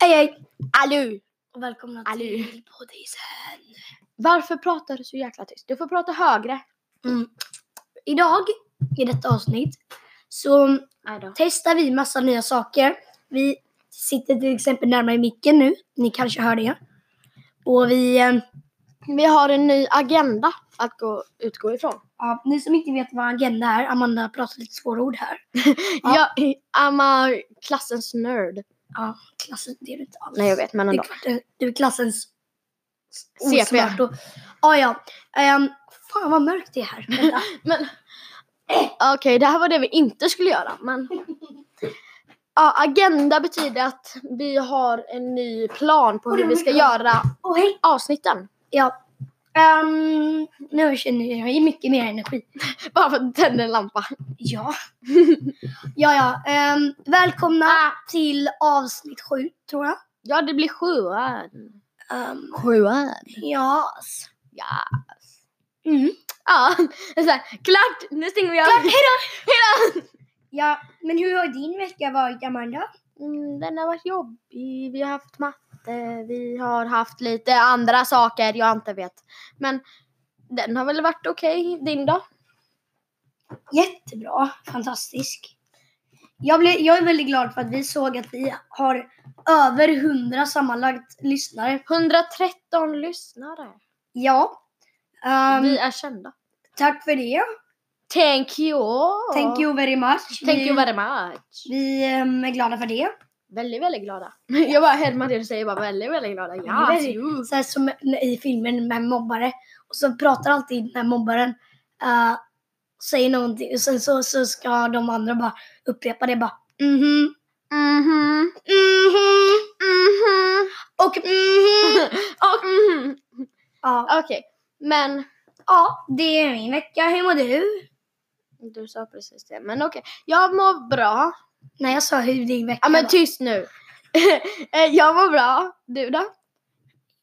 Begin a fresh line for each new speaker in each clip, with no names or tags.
Hej hej! Alu!
Och välkomna
Allu.
till poddisen.
Varför pratar du så jäkla tyst? Du får prata högre.
Mm. Idag, i detta avsnitt, så testar vi massa nya saker. Vi sitter till exempel närmare micken nu. Ni kanske hör det. Och vi, eh,
Vi har en ny agenda att gå, utgå ifrån.
ja, ni som inte vet vad agenda är, Amanda pratar lite svåra ord här.
Ja. Jag är klassens nörd.
Ja, klassen, det är du inte alls.
Nej jag vet men
Du är,
ändå.
kvart, eh, du är klassens
CP.
osmart och- Ja, ja. Ehm, fan vad mörkt det är här. Vänta.
Men okej det här var det vi inte skulle göra men. Ja, agenda betyder att vi har en ny plan på
Och
hur
det
vi
var
ska
mycket-
göra
Och hej!
avsnitten.
Ja. Ehm, nu känner jag ju mycket mer energi.
Bara för att tända en lampa.
Ja. ja, ja. Ehm, välkomna till avsnitt sju, tror jag.
Ja det blir sjuan.
Ehm,
Sjuan.
ja. s-
Ja.
Mm.
Ja, det är så här, klart! Nu stänger vi av.
Klart, hejdå! Ja, men hur har din vecka varit, Amanda?
Mm, den har varit jobbig. Vi har haft matte, vi har haft lite andra saker jag inte vet. Men den har väl varit okej, din då?
Jättebra. Fantastisk. Jag, blev, jag är väldigt glad för att vi såg att vi har över 100 sammanlagt lyssnare.
113 lyssnare.
Ja. Ehm,
vi är kända.
Tack för det.
Thank you!
Thank you Mm. very much.
Thank
vi,
you very much.
vi ehm, är glada för det.
Väldigt, väldigt glada. Jag bara härmar det du säger, bara väldigt, väldigt glada. Ja,
Väldigt- så här som i filmen med mobbare. Och så pratar alltid den här mobbaren. eh, säger någonting och sen så, så ska de andra bara upprepa det bara. Mhm, Mm-hmm.
Mhm,
mhm
mhm.
och mhm.
Och mhm.
Ja.
Okej, men
ja, det är min vecka. Hur mår du?
du sa precis det. Men okej, jag mår bra.
Nej, jag sa hur din vecka
Ja men
var.
tyst nu. Eh, jag mår bra. Du då?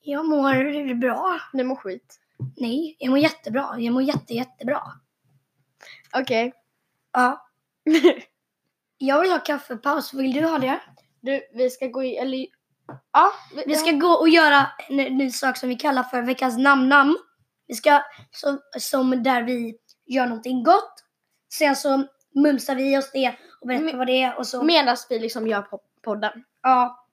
Jag mår bra.
Du mår skit.
Nej, jag mår jättebra. Jag mår jätte, jättebra.
Okej.
Ja. Jag vill ha kaffepaus. Vill du ha det?
Du, vi ska gå i... Eller... Ja.
Vi ska gå och göra en ny sak som vi kallar för veckans namnnamn. Vi ska, som, som där vi gör någonting gott. Sen så mumsar vi oss det och berättar
Men-
vad det är och så.
Medan vi liksom gör po- podden.
ja.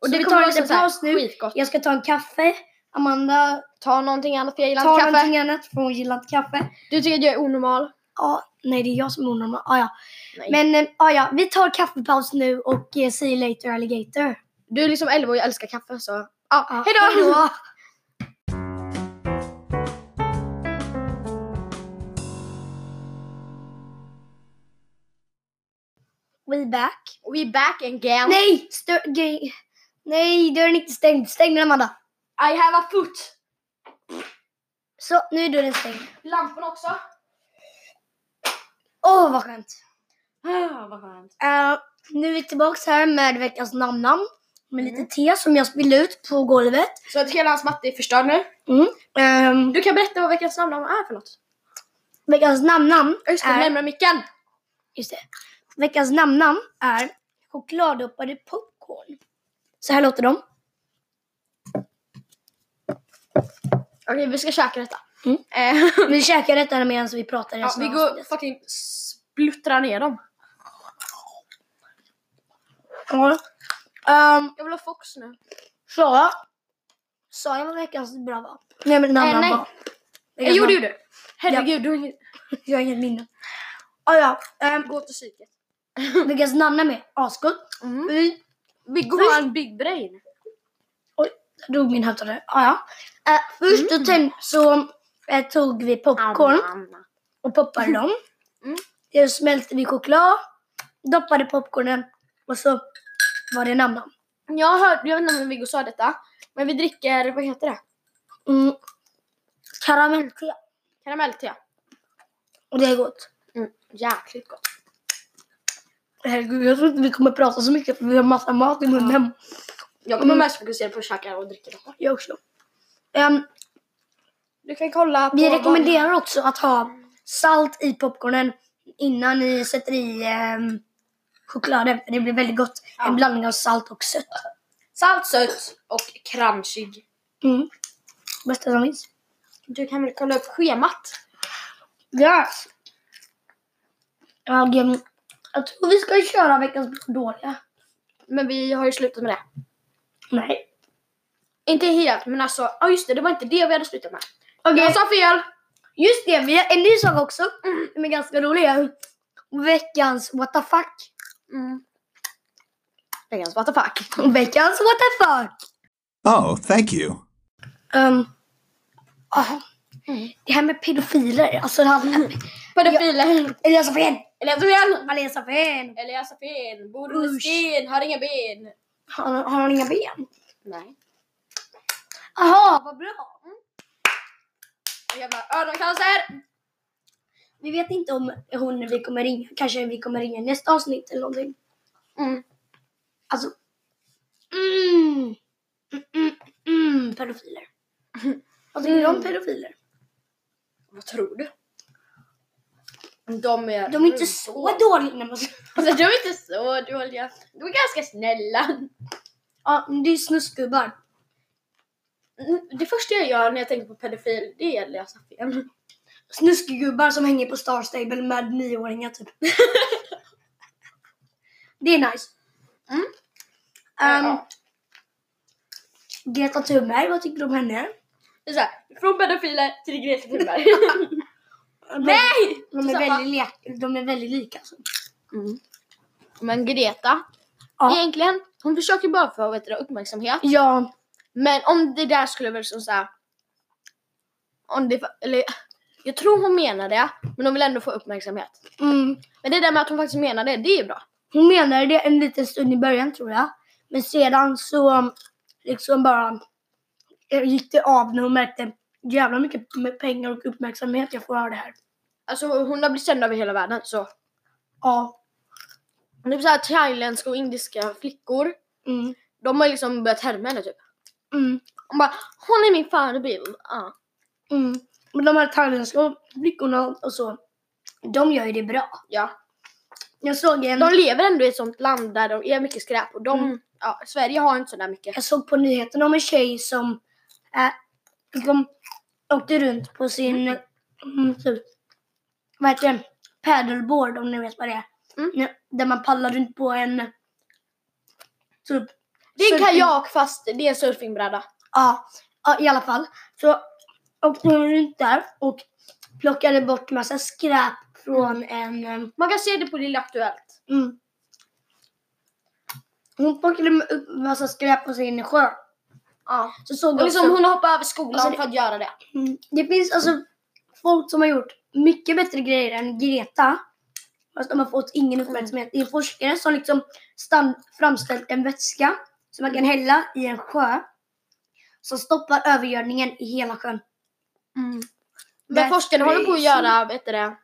Och
Så
det
vi
kommer
tar en
vara
liten
så här,
paus nu.
Skitgott.
Jag ska ta en kaffe. Amanda
Ta någonting annat för jag gillar
tar
inte kaffe.
någonting annat för hon gillar inte kaffe.
Du tycker att jag är onormal?
Ja, nej det är jag som är onormal. Ah, ja.
Nej. Men...
Men eh, ah, ja, vi tar kaffepaus nu och eh, see you later alligator.
Du är liksom 11 och jag älskar kaffe så... Ja,
Ja,
hejdå!
hejdå! We back.
We back again.
Nej! Stö- gay- Nej, dörren är inte stängd. Stäng den Amanda.
I have a foot.
Så, nu är dörren stängd.
Lampan också.
Åh, vad skönt.
Ah, vad skönt.
Eh, nu är vi tillbaka här med veckans namnnamn. Med
Mm.
lite te som jag spillde ut på golvet.
Så att hela hans matte är förstörd nu.
Ehm,
Du kan berätta vad veckans namn är för något.
veckans namnnamn
Ja, Just det,
är...
närmare micken.
Just det. Veckans namnnamn är chokladdoppade popcorn. Så här låter de.
Okej, vi ska käka detta.
Mm.
Eh,
Vi käkar detta medan vi pratar
ja,
resten
vi
av
går
avsnittet.
fucking spluttra ner dem.
Ja. Ehm,
Jag vill ha Fox nu.
så. Sa jag vad veckans bra var? Nej men namn
Eh, nej.
var.
Jag
Veckans
gjorde ju
namn.
det. Herregud, du har inget...
Jag har inget minne. Ah, ja, ehm,
Gå till psyket.
veckans namn är asgott.
Mm.
Vi
Vi går en big brain.
drog min högtalare. Ah, ja. Eh, först mm. ten, så eh, tog vi
Ah,
popcorn
Anna.
och poppade dem.
Mm.
Sen smälte vi choklad, doppade popcornen och så var det namn.
Jag hörde, jag vet inte om Viggo sa detta, men vi dricker, vad heter det?
Mm. Karamellte.
Karamellte.
Och det är gott.
Mm. Jäkligt gott.
Herregud, jag tror inte vi kommer prata så mycket för vi har massa mat i munnen.
Jag kommer
Mm.
mest fokusera på att käka och dricka detta.
Jag också. Ehm,
Du kan kolla på...
vi
vad-
rekommenderar också att ha salt i popcornen innan ni sätter i ehm, chokladen. För det blir väldigt gott.
Ja.
En blandning av salt och sött.
Salt, sött och crunchig.
Mm. Bästa som finns.
Du kan väl kolla upp schemat?
Ja. Jag, em, jag tror vi ska köra veckans dåliga.
Men vi har ju slutat med det.
Nej.
Inte helt, men alltså, ja just det, det var inte det vi hade slutat med.
Okej.
Jag sa fel!
Just det, vi har en ny sak också. Som är ganska rolig. Veckans what the fuck.
Mm. Veckans what the fuck.
Veckans what the fuck.
Oh, thank you.
Um, ah, Det här med pedofiler. Alltså, han,
Pedofiler.
Elias har fel!
Elias har fel!
Elias har fel!
Elias har fel. Bor
Usch.
under sten, har inga ben.
Har han- har han inga ben?
Nej.
Aha, vad bra!
Mm. Och jävla öroncancer!
Vi vet inte om hon vi kommer ringa. Kanske vi kommer ringa i nästa avsnitt eller någonting.
Mm.
Alltså... Mm, mm, mm, mm, pedofiler. Vad tycker du om
Mm.
pedofiler?
Vad tror du? De är...
De är inte
Mm.
så dåliga. Nej, men-
Alltså, de är inte så dåliga. De är ganska snälla.
Ja, men det är snuskgubbar.
Mm, Det första jag gör när jag tänker på pedofil, det är Elias Affén.
Snuskgubbar som hänger på Star Stable med nioåringar typ. det är nice.
Mm.
Ehm,
Ja.
Greta Thunberg, vad tycker du om henne?
Det är så här, från pedofiler till Greta Thunberg.
De,
Nej!
De är,
Samma.
väldigt lek, de är väldigt lika. Alltså.
Mm. Men Greta,
Ja.
egentligen, hon försöker bara få vet du, uppmärksamhet.
Ja,
Men om det där skulle vara som såhär... Om det... Eller, jag tror hon menar det, men hon vill ändå få uppmärksamhet.
mm.
Men det där med att hon faktiskt menar det, det är ju bra.
hon menade det en liten stund i början tror jag. Men sedan så um, liksom bara eh, gick det av när hon märkte jävla mycket med pengar och uppmärksamhet jag får av det här.
Alltså hon har blivit känd över hela världen så.
Ja.
Det är såhär thailändska och indiska flickor.
Mm.
De har ju liksom börjat härma henne typ.
Mm.
Hon bara, hon är min förebild. Ja.
Mm. Men de här thailändska flickorna och så, de gör ju det bra.
ja.
Jag såg en...
De lever ändå i ett sånt land där de är mycket skräp och de,
Mm.
ja, Sverige har inte sådär mycket.
Jag såg på nyheterna om en tjej som äh, liksom, åkte runt på sin mm, typ, vad heter det? paddleboard om ni vet vad det är.
Mm.
Ja, Där man paddlar runt på en typ
Det är en
surfing-
kajak fast det är en surfingbräda.
Ja, ja, i alla fall. Så åkte hon runt där och plockade bort massa skräp från en... em,
Man kan se det på Lilla Aktuellt.
Mm, hon plockade upp massa skräp på sin sjö.
Ja.
Så såg
Och
jag
liksom
också-
hon hoppar över skolan
Alltså, det-
för att göra det.
Mm. Det finns alltså folk som har gjort mycket bättre grejer än Greta. Fast de har fått ingen uppmärksamhet. Det är forskare som liksom stand, framställt en vätska som man kan hälla i en sjö. Som stoppar övergödningen i hela sjön.
Men
That's
forskarna håller på att
crazy.
göra, vet du det?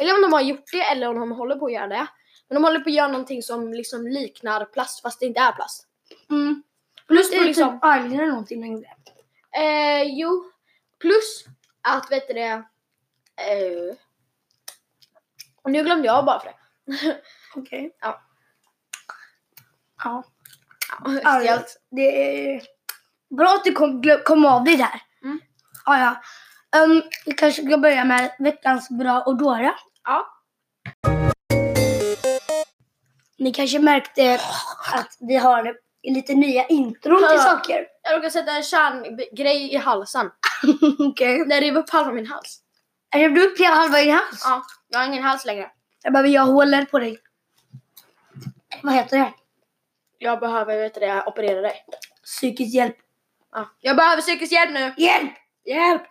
Eller om de har gjort det eller om de håller på att göra det. Men de håller på att göra någonting som liksom liknar plast fast det inte är plast.
Mm.
Plus
Det
på
är
liksom,
typ Island eller någonting. de gjorde.
eh, jo. Plus att, vet du det? Eh, och nu glömde jag bara för det.
Okej.
Ja.
Ja.
Ja,
Alltså, det är bra att du kom, glö- kom av dig där.
Mm.
Ja, ja. Ehm, vi kanske ska börja med veckans bra och dåliga.
Ja.
Ni kanske märkte att vi har lite nya intron till
Ja.
saker.
Jag råkade sätta en kärngrej i halsen.
Okej.
Den rev upp halva min hals.
Okay. Rev du upp hela halva din hals?
Ja, jag har ingen hals längre.
Jag behöver jag håller på dig. Vad heter det?
Jag behöver vet du det, operera dig.
Psykisk hjälp.
Ja. Jag behöver psykisk hjälp nu.
Hjälp! Hjälp!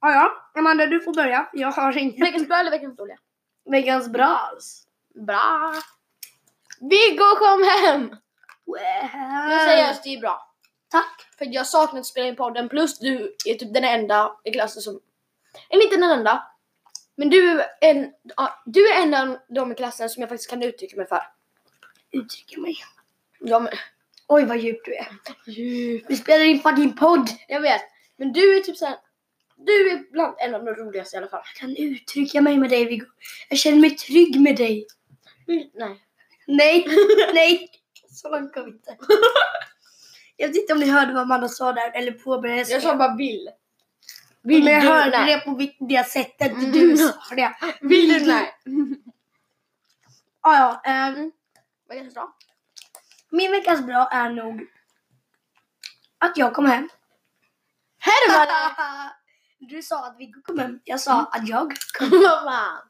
Ja, ja. Amanda, du får börja. Jag har ingen.
Veckans bra eller veckans dåliga?
Veckans
alltså.
bras.
Bra. Viggo kom hem! Nu säger jag att det är bra.
Tack.
För jag saknar att spela in podden plus du är typ den enda i klassen som... Eller inte den enda. Men du är en, ja, du är en av de i klassen som jag faktiskt kan uttrycka mig för.
Uttrycker mig.
De,
Oj, vad djup du är. Vi spelar in fucking podd.
jag vet. Men du är typ såhär... Du är bland en av de roligaste i alla fall.
Jag kan uttrycka mig med dig, Viggo. Jag känner mig trygg med dig.
Mm, Nej.
Nej, nej. Så långt kom vi inte. Jag vet inte om ni hörde vad Amanda sa där, eller påbörjade
Jag sa bara vill.
Vill Men jag
du?
hörde
Nej.
det på vil- det sättet
Mm.
du sa det.
Vill du? Nej.
Ah, ja, ehm,
Vad är det bra?
min veckans bra är nog att jag kom hem.
Herman!
Du sa att Viggo kom hem. Jag
Mm.
sa att jag kom
Vad fan?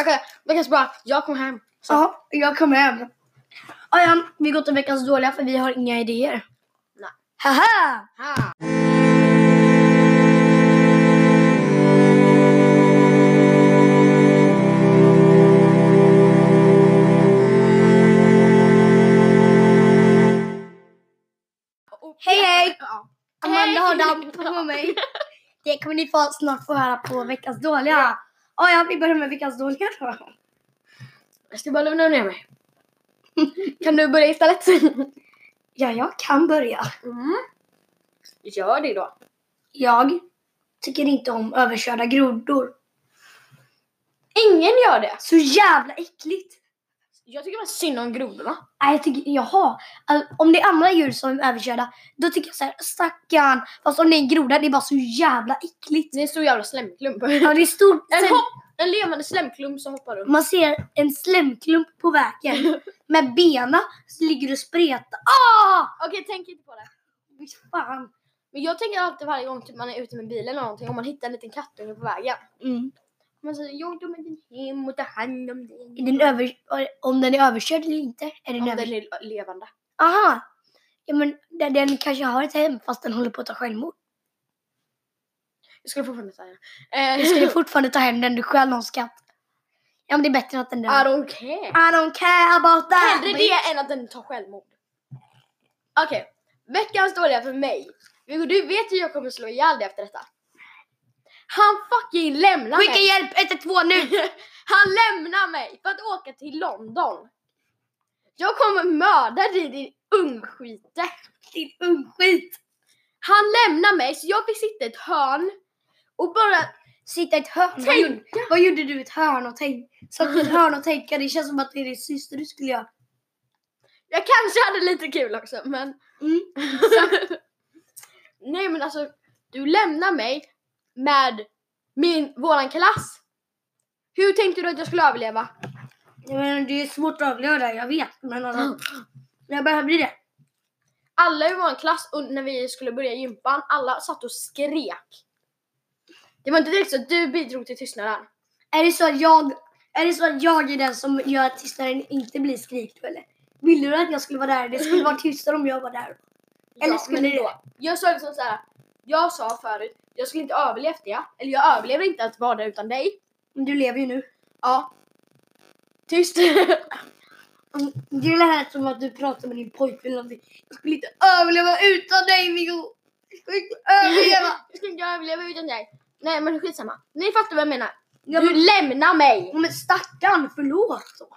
Okej, veckans bra. Jag kom hem. Så.
Ja, jag kom hem. Ah, ja, vi går till veckans dåliga för vi har inga idéer.
Nej.
Haha!
Ha.
Hej hej!
Ja.
Amanda har
Hej!
damp på mig. Det kommer ni få snart få höra på veckans dåliga. Ah, ja, vi börjar med veckans dåliga då.
Jag ska bara lugna ner mig. kan du börja istället?
Ja, jag kan börja.
Mm. Gör det då.
Jag tycker inte om överkörda grodor.
Ingen gör det.
Så jävla äckligt!
Jag tycker bara synd om grodorna.
Nej, jag tycker, jaha. All- Om det är andra djur som är överkörda, då tycker jag så här, stackarn. Fast om det är en groda, det är bara så jävla äckligt.
Det är en stor jävla slemklump.
Ja, det är stort.
En,
Sen,
hopp, en levande slemklump som hoppar runt.
man ser en slemklump på vägen. Med bena så ligger du och spretar. Ah!
Okej, tänk inte på det.
Fy Fan.
Men jag tänker alltid varje gång typ, man är ute med bilen eller någonting om man hittar en liten kattunge på vägen.
Mm.
Man säger jag tar med den hem och tar hand om den.
Är den över, om den är överkörd eller inte? Är den
Om den
över...
är levande.
Aha! Ja, men den, den kanske har ett hem fast den håller på att ta självmord.
Jag skulle fortfarande säga det. Eh,
Du skulle fortfarande ta hem den, du stjäl någons katt. Ja, men det är bättre än att den
I
dör.
don't care.
I don't care about that!
Hellre det än att den tar självmord. Okej, veckans dåliga för mig. Viggo, du vet ju jag kommer slå ihjäl dig efter detta. Han fucking lämnar
Skicka
mig.
hjälp 112 nu!
Han lämnar mig för att åka till London. Jag kommer mörda dig din ungskite.
Din ungskit!
Han lämnar mig så jag fick sitta i ett hörn och bara
Sitta i ett hörn. Vad gjorde,
tänka.
vad gjorde du i ett hörn och tänk? Satt i ett hörn och tänka? Det känns som att det är din syster du skulle göra.
Jag kanske hade lite kul också men
Mm.
Nej men alltså, du lämnar mig med min, våran klass. Hur tänkte du att jag skulle överleva?
Jag menar, det är svårt att avgöra, jag vet. Men alltså, jag behövde det.
Alla i våran klass, och när vi skulle börja gympan, alla satt och skrek. Det var inte direkt så att du bidrog till tystnaden.
Är det så att jag, är det så att jag är den som gör att tystnaden inte blir skrik då eller? Ville du att jag skulle vara där? Det skulle vara tystare om jag var där. Eller skulle
men
det-
då- Jag sa liksom såhär, jag sa förut, jag skulle inte överlevt det. Eller jag överlever inte att vara där utan dig.
Men du lever ju nu.
Ja. Tyst.
Mm, Det lät som att du pratade med din pojkvän om det. Jag skulle inte överleva utan dig Viggo! Jag skulle inte överleva!
Jag skulle inte överleva utan dig. Nej men skitsamma. Ni fattar vad jag menar.
Ja,
Du
men,
lämnar mig!
men stackarn, förlåt då.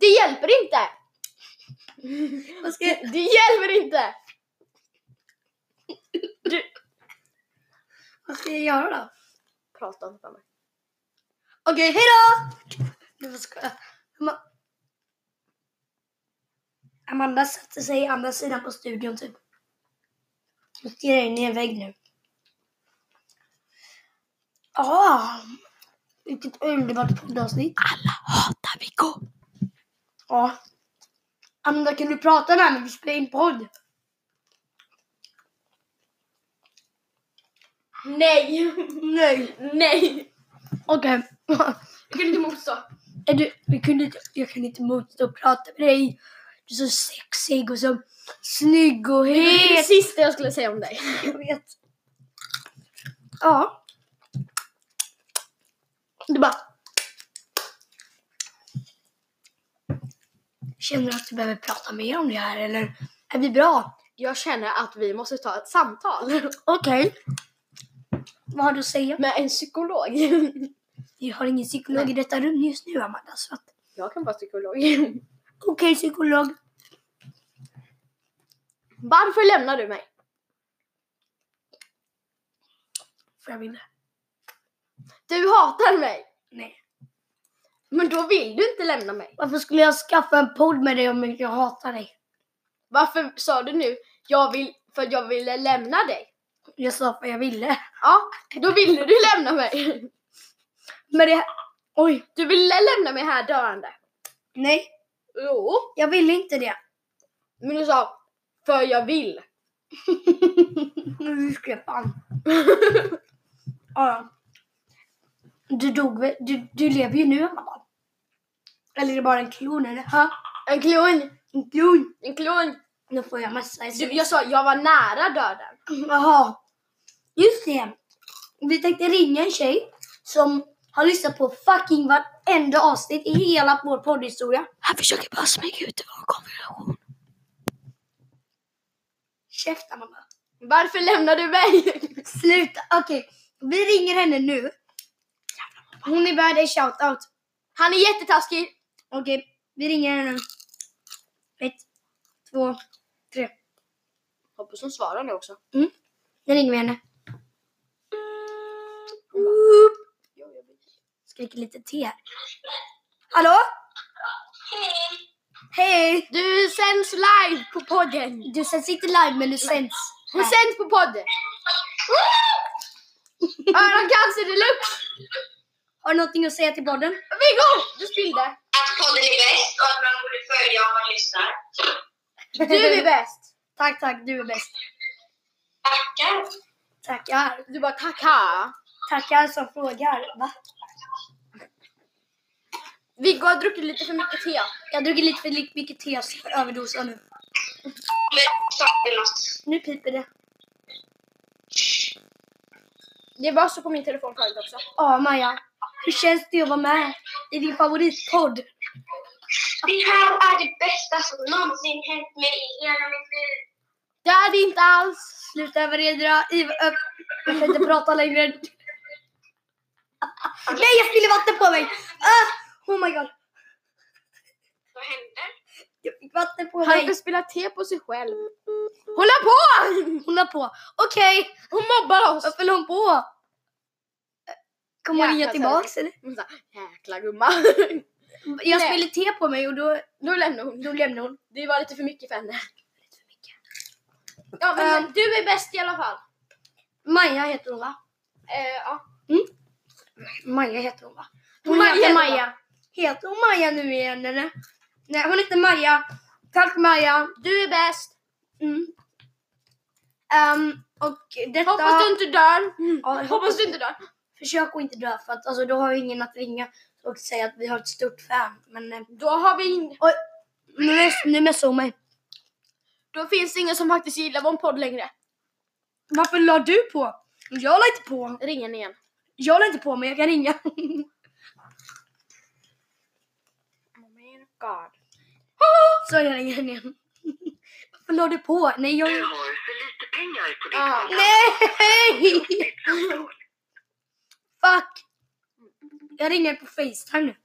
Det hjälper inte!
Vad ska jag...
Det hjälper inte!
Vad ska jag göra då?
Prata inte med mig.
Okej, hejdå! Nu var skoja. Ama- Amanda satte sig i andra sidan på studion typ. Hon stirrar in i en vägg nu. Ah, vilket underbart poddavsnitt.
Hatar Viggo!
Ja. Amanda kan du prata med mig? Vi spelar in podd.
Nej!
Nej.
Nej!
Okej.
Jag kan inte motstå.
Är du, vi kunde inte, jag kan inte motstå att prata med dig. Du är så sexig och så snygg och
Det är det
het.
sista jag skulle säga om dig.
Jag vet. Ja. Du bara... Känner du att du behöver prata mer om det här eller är vi bra?
Jag känner att vi måste ta ett samtal
Okej. Vad har du att säga?
med en psykolog.
Vi har ingen psykolog i detta rum just nu Amanda. Så att...
Jag kan vara psykolog.
Okej psykolog.
Varför lämnar du mig?
Får jag vilja?
Du hatar mig!
Nej.
Men då vill du inte lämna mig.
Varför skulle jag skaffa en podd med dig om jag hatar dig?
Varför sa du nu jag vill, för jag ville lämna dig?
Jag sa vad jag ville.
Ja, då ville du lämna mig.
Men det... Oj,
Du ville lämna mig här döende.
nej.
Jo,
Jag ville inte det.
men du sa för jag vill.
Nu ska jag fan. ja. Du dog väl? Du, du lever ju nu, mamma. Eller är det bara en klon, eller? Ha?
En klon,
En klon?
en klon.
Nu får jag massa i
Du, jag sa jag var nära döden.
Jaha. Just det. Vi tänkte ringa en tjej som har lyssnat på fucking vartenda avsnitt i hela vår poddhistoria. Han försöker bara smyga ut vår konversation. Käften mamma.
Varför lämnade du mig?
Sluta. Okej, vi ringer henne nu. Hon är värd en shoutout.
Han är jättetaskig.
Okej, vi ringer henne nu. Ett, två, tre. Mm.
Hoppas hon svarar nu också.
Nu ringer vi henne. Skriker lite te här. Hallå? Hej!
Du sänds live på podden.
Du sänds inte live men du sänds.
Du sänds på podden. Öroncancer deluxe.
Har du någonting att säga till podden?
Viggo, du spillde.
att podden är bäst och att man borde följa om man lyssnar.
Du är bäst.
Tack, tack. Du är bäst.
Tackar!
Tackar.
Du bara tacka.
Tackar som frågar. Va?
Viggo har druckit lite för mycket te.
Jag har druckit lite för li- mycket te och ska överdosa nu.
Men sa du något?
Nu piper det.
Det var så på min telefon förut också.
Ja, Maja. Hur känns det att vara med i din favoritpodd?
Det här är det bästa som någonsin hänt mig i hela mitt liv.
Det är det inte alls.
Sluta överredra. Iv- ö- Jag kan inte prata längre. Nej, jag spillde vatten på mig! Ah! Oh my god.
Vad hände?
Jag fick vatten på
Han
mig.
vill spela te på sig själv. Hålla på!
Hon la på. Okej,
Hon mobbar oss.
varför höll hon på? Kommer hon
Jäklar,
ge tillbaks eller?
Hon sa, Jäkla gumman.
Jag
Nej.
spillde te på mig och då,
Då lämnar hon.
då lämnade hon.
Det var lite för mycket för henne. Ja, men
Ehm.
du är bäst i alla fall.
Maja heter hon va?
Eh, ja.
Maja heter hon va? Hon
Maja
heter
heter hon.
Maja. Heter hon Maja nu igen eller? Nej hon heter Maja. Tack Maja.
Du är bäst.
Mm. Ehm, och detta...
Hoppas du inte dör.
Ja, jag
Hoppas du inte dör.
Försök att inte dö för att alltså, då har vi ingen att ringa och säga att vi har ett stort fan. Men eh,
Då har vi in...
nu, mess- nu messade hon mig.
Då finns det ingen som faktiskt gillar vår podd längre.
Varför la du på? Jag la inte på.
Ring henne igen.
Jag la inte på men jag kan ringa.
Oh my god.
Så jag ringer henne igen. Varför la du på? Nej jag...
har för lite pengar på
Ja.
Nej! Fuck! Jag ringer på Facetime nu.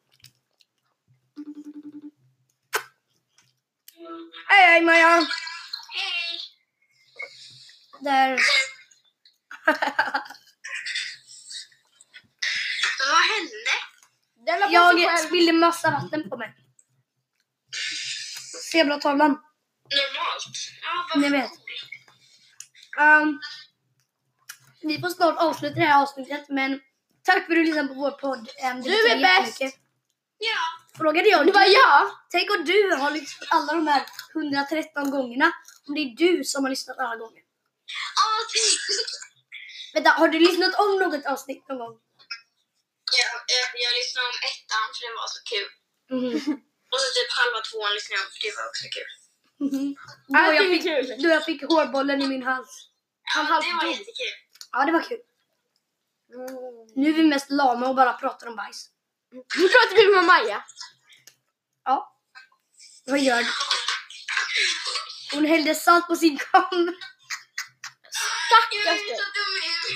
Hej hej Maja!
Hej!
Där.
Vad hände?
Den la på sig
Jag
själv.
spillde massa vatten på mig. Zebratavlan.
Normalt? Ja,
Jag vet. Um, vi får snart avsluta det här avsnittet men tack för att du lyssnade på vår podd. Ehm, det
Du
betyder
är bäst.
jättemycket.
Ja.
Frågade jag
Det var jag.
Tänk om du har lyssnat alla de här 113 gångerna. Om det är du som har lyssnat alla gånger.
Åh,
typ.
tänk.
Vänta, har du lyssnat om något avsnitt någon gång?
Ja, eh, jag lyssnade om ettan för det var så kul.
Mm-hmm.
Och så typ halva tvåan lyssnade jag om för det var också kul.
Då, Mm-hmm. jag
Allting är
fick,
kul.
då jag fick hårbollen i min hals.
Ja,
halvt
det var
dog.
jättekul.
Ja, det var kul. Nu är vi mest lama och bara pratar om bajs.
Nu pratar vi med Maja.
Ja. Vad gör du? Hon hällde salt på sin kam.
Jag är
Stackars
så
du.
dum i huvudet.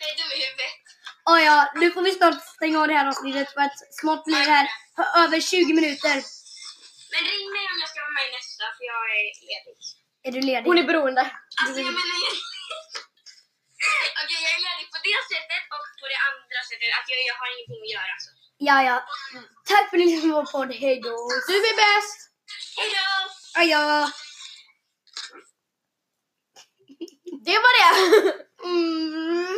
Jag är dum i huvudet.
Oh, ja, nu får vi snart stänga av det här avsnittet för att snart blir det här över 20 minuter.
Men ring mig om jag ska vara med i nästa för jag är ledig.
Är du ledig?
Hon är beroende.
Alltså jag menar jag... Okej jag är ledig på det sättet och på det andra sättet att jag, jag har ingenting att göra. Så.
Ja, ja. Tack för att ni lyssnade på vår podd. Hej då.
Du är bäst.
Hejdå!
Aja.
Det var det!
Mm.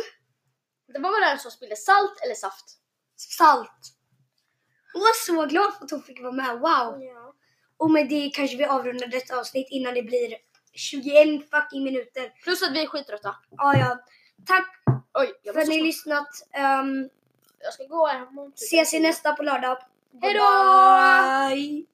Det var bara den som spillde salt eller saft.
Salt. Jag var så glad för att hon fick vara med. Wow. Och med det kanske vi avrundar detta avsnitt innan det blir 21 fucking minuter.
Plus att vi är skittrötta.
Ah, ja. Tack
Oj, jag,
för att
måste
ni
snart-
lyssnat. Um,
jag ska gå hem och...
ses i nästa på lördag.
Hejdå!
Bye.